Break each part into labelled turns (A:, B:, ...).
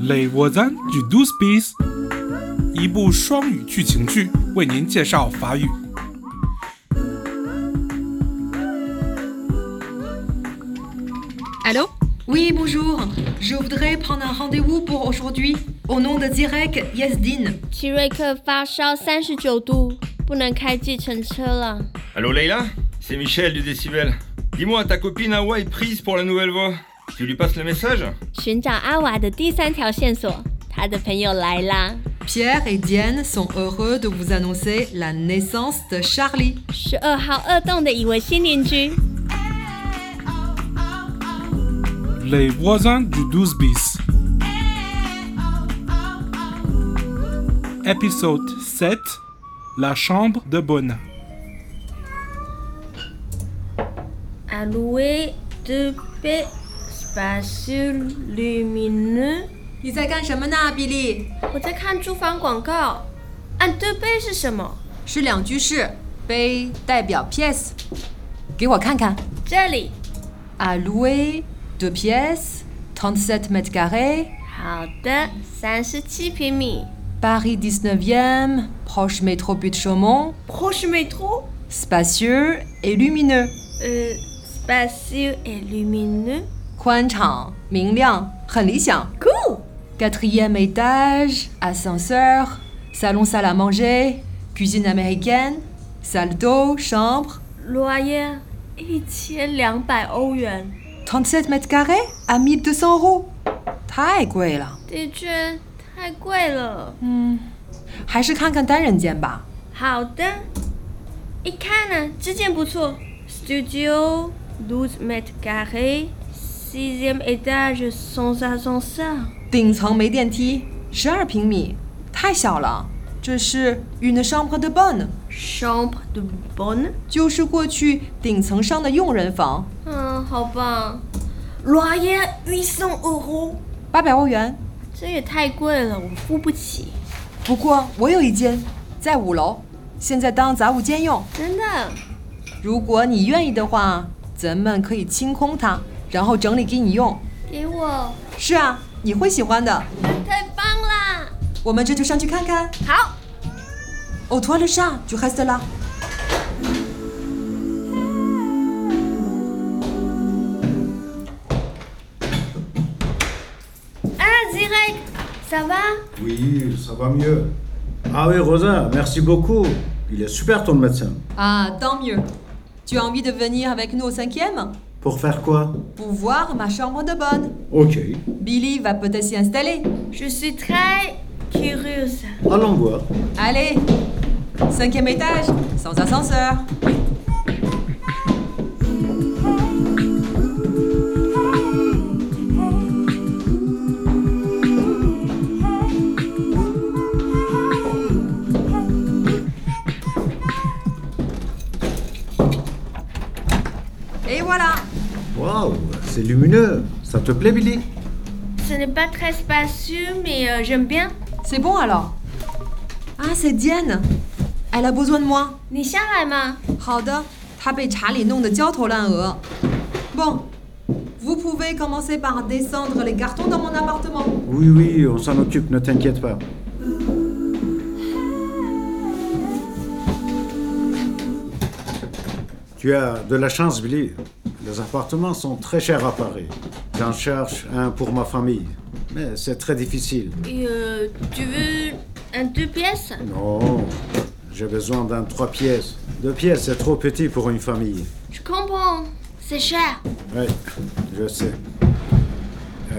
A: Les voisins du d o u s p i s 一部双语剧情剧，为您介绍法语。
B: Allô
C: Oui, bonjour. Je voudrais prendre un rendez-vous pour aujourd'hui au nom de Direk Yazdin.
D: 奇瑞克发烧三十九度，不能开计程车了。
E: Allô Leïla C'est Michel du Décibel. Dis-moi, ta copine Hawa est prise pour la nouvelle voix. Tu lui passes le message
D: 寻找阿瓦的第三条线索，他的朋友来啦。
C: Pierre et Diane sont heureux de vous annoncer la naissance de Charlie.
D: 十二号二栋的一位新邻居，
A: Les voisins du 12 bis. Épisode 7 La chambre de bonne.
D: 阿鲁维德贝 spatial lumineux。
C: 你在干什么呢，比利？
D: 我在看住房广告，按德贝是什么？
C: 是两居室，杯代表 pièce。给我看看
D: 这里。
C: à louer deux pièces, 37 mètres carrés,
D: 好的，三十七平米。
C: Paris 19e, proche métro but Chaumont,
D: Proche métro。
C: spacieux et lumineux.
D: 呃，spatial et lumineux。
C: 宽敞、明亮，很理想。Cool。Quatrième étage, ascenseur, salon salle à manger, cuisine américaine, salle d'eau, chambre,
D: loyer 一千两百欧元。
C: 37 mètres carrés à 1200 euros. 太贵了，
D: 的确太贵了。
C: 还是看看单人间吧。
D: 好的，一看呢、这间不错。Studio douze mètres carrés, sixième étage sans ascenseur。
C: 顶层没电梯，十二平米，太小了。这是 une chambre de bonne，
D: Chambre de bonne。
C: 就是过去顶层上的佣人房，
D: 嗯，好吧。Loyer huit cents euros。
C: 八百欧元。
D: 这也太贵了，我付不起。
C: 不过我有一间，在五楼，现在当杂物间用。
D: 真的，
C: 如果你愿意的话，咱们可以清空它，然后整理给你用。
D: 给我，
C: 是啊，你会喜欢的。
D: 太棒啦！
C: 我们这就上去看看。
D: 好。
C: Au toit le chat, tu restes là.
D: Ah, Zirek, ça va
F: Oui, ça va mieux. Ah oui, Rosa, merci beaucoup. Il est super ton médecin.
C: Ah, tant mieux. Tu as envie de venir avec nous au cinquième
F: Pour faire quoi
C: pour voir ma chambre de bonne.
F: Ok,
C: Billy va peut-être s'y installer.
D: Je suis très curieuse.
F: allons voir.
C: Allez, cinquième étage, sans ascenseur. Et voilà.
F: Waouh, c'est lumineux. Ça te plaît, Billy
D: Ce n'est pas très spacieux, mais euh, j'aime bien.
C: C'est bon alors. Ah, c'est Diane. Elle a besoin de moi.
D: 你下来吗？
C: 好的，他被查理弄得焦头烂额。Bon, vous pouvez commencer par descendre les cartons dans mon appartement.
F: Oui, oui, on s'en occupe, ne t'inquiète pas. Tu as de la chance, Billy. Les appartements sont très chers à Paris. J'en cherche un pour ma famille. Mais c'est très difficile.
D: Et, euh, tu veux un deux pièces
F: Non, j'ai besoin d'un trois pièces. Deux pièces, c'est trop petit pour une famille.
D: Je comprends. C'est cher.
F: Oui, je sais.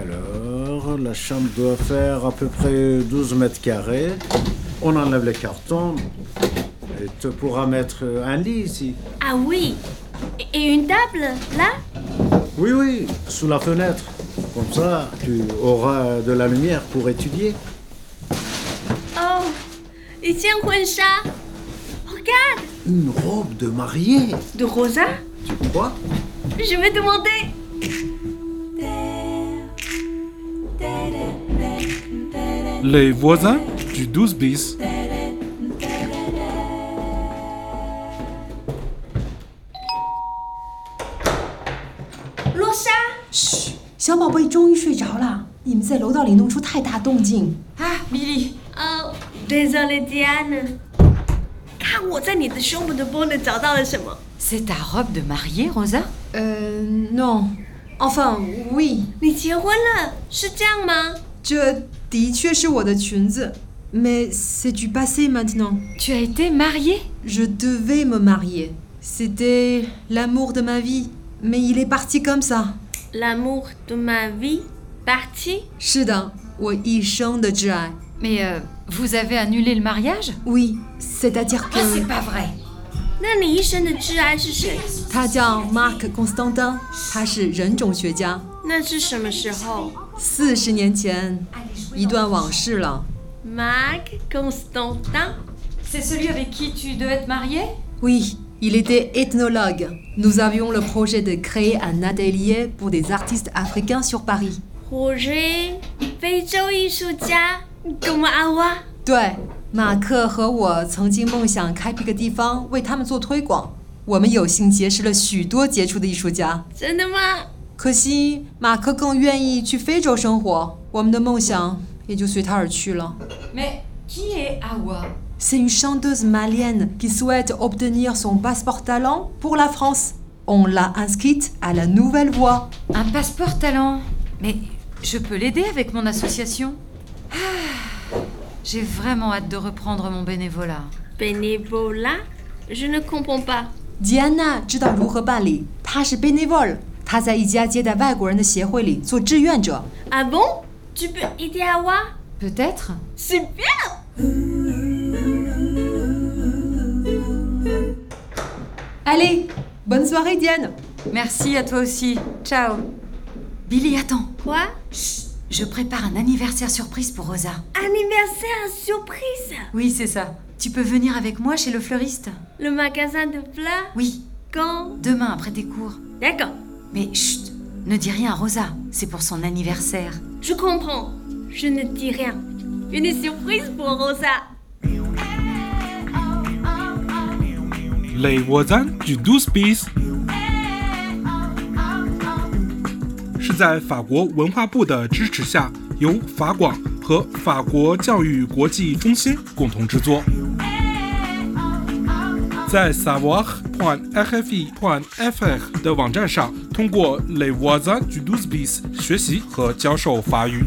F: Alors, la chambre doit faire à peu près 12 mètres carrés. On enlève les cartons et tu pourras mettre un lit ici.
D: Ah oui. Et- Et une table, là
F: Oui, oui, sous la fenêtre. Comme ça, tu auras de la lumière pour étudier.
D: Oh, une Hunsha. Regarde,
F: Une robe de mariée,
D: de Rosa.
F: tu crois
D: Je vais demander.
A: Les voisins du 12 bis.
D: Rosa,
G: 小宝贝终于睡着了，
C: 你们在楼道里弄出太大动静
B: 啊，Billy，
D: 哦，désolé Oh. Diane。看 Ah, 我在你的胸部的 bone 找到了什么？
B: c'est ta robe de mariée, Rosa
C: Euh, non. Enfin, oui.
D: 你结婚了，是这样吗？
C: 这的确是我的裙子，mais c'est du passé maintenant.
B: Tu as été mariée
C: Je devais me marier. C'était l'amour de ma vie, mais il est parti comme ça.
D: L'amour de ma vie parti
C: 是的，我一生的挚爱。
B: Mais euh, vous avez annulé le mariage
C: Oui, c'est-à-dire
B: Ah,
C: que
B: pas vrai
D: 那你一生的挚爱是谁？
C: 他叫 Mark Constantin，他是人种学家。
D: 那是什么时候
C: 四十年前，一段往事了。
D: ？Marc Constantin
B: C'est celui avec qui tu devais être mariée
C: Oui, il était ethnologue. Nous avions le projet de créer un atelier pour des artistes africains sur Paris.
D: Roger，非洲艺术家 g o m a w a
C: 对，马克和我曾经梦想开辟个地方为他们做推广。我们有幸结识了许多杰出的艺术家，
D: 真的吗？
C: 可惜马克更愿意去非洲生活，我们的梦想也就随他而去了。
B: Mais qui est Awa
C: C'est une chanteuse malienne qui souhaite obtenir son passeport talent pour la France. On l'a inscrite à la Nouvelle Voie.
B: Un passeport talent. Mais je peux l'aider avec mon association Ah, J'ai vraiment hâte de reprendre mon bénévolat.
D: Bénévolat Je ne comprends pas.
C: Diana 知道如何办理，她是 bénévole，她在一家接待外国人的协会里做志愿者。
D: Ah bon Tu peux aider Awa
B: Peut-être
D: C'est bien
C: Allez, bonne soirée Diane
B: Merci à toi aussi. Ciao. Billy, attends.
D: Quoi
B: Je prépare un anniversaire surprise pour Rosa.
D: Anniversaire surprise
B: Oui, c'est ça. Tu peux venir avec moi chez le fleuriste
D: Le magasin de fleurs
B: Oui,
D: Quand
B: demain après tes cours.
D: D'accord,
B: Mais chut, ne dis rien à Rosa. C'est pour son anniversaire.
D: je comprends. Je ne dis rien. Une surprise pour Rosa.
A: Les voisins du douze bis 是在法国文化部的支持下，由法广和法国教育国际中心共同制作。在 E savoir.fr.fr 的网站上，通过 Les voisins du douze bis 学习和教授法语。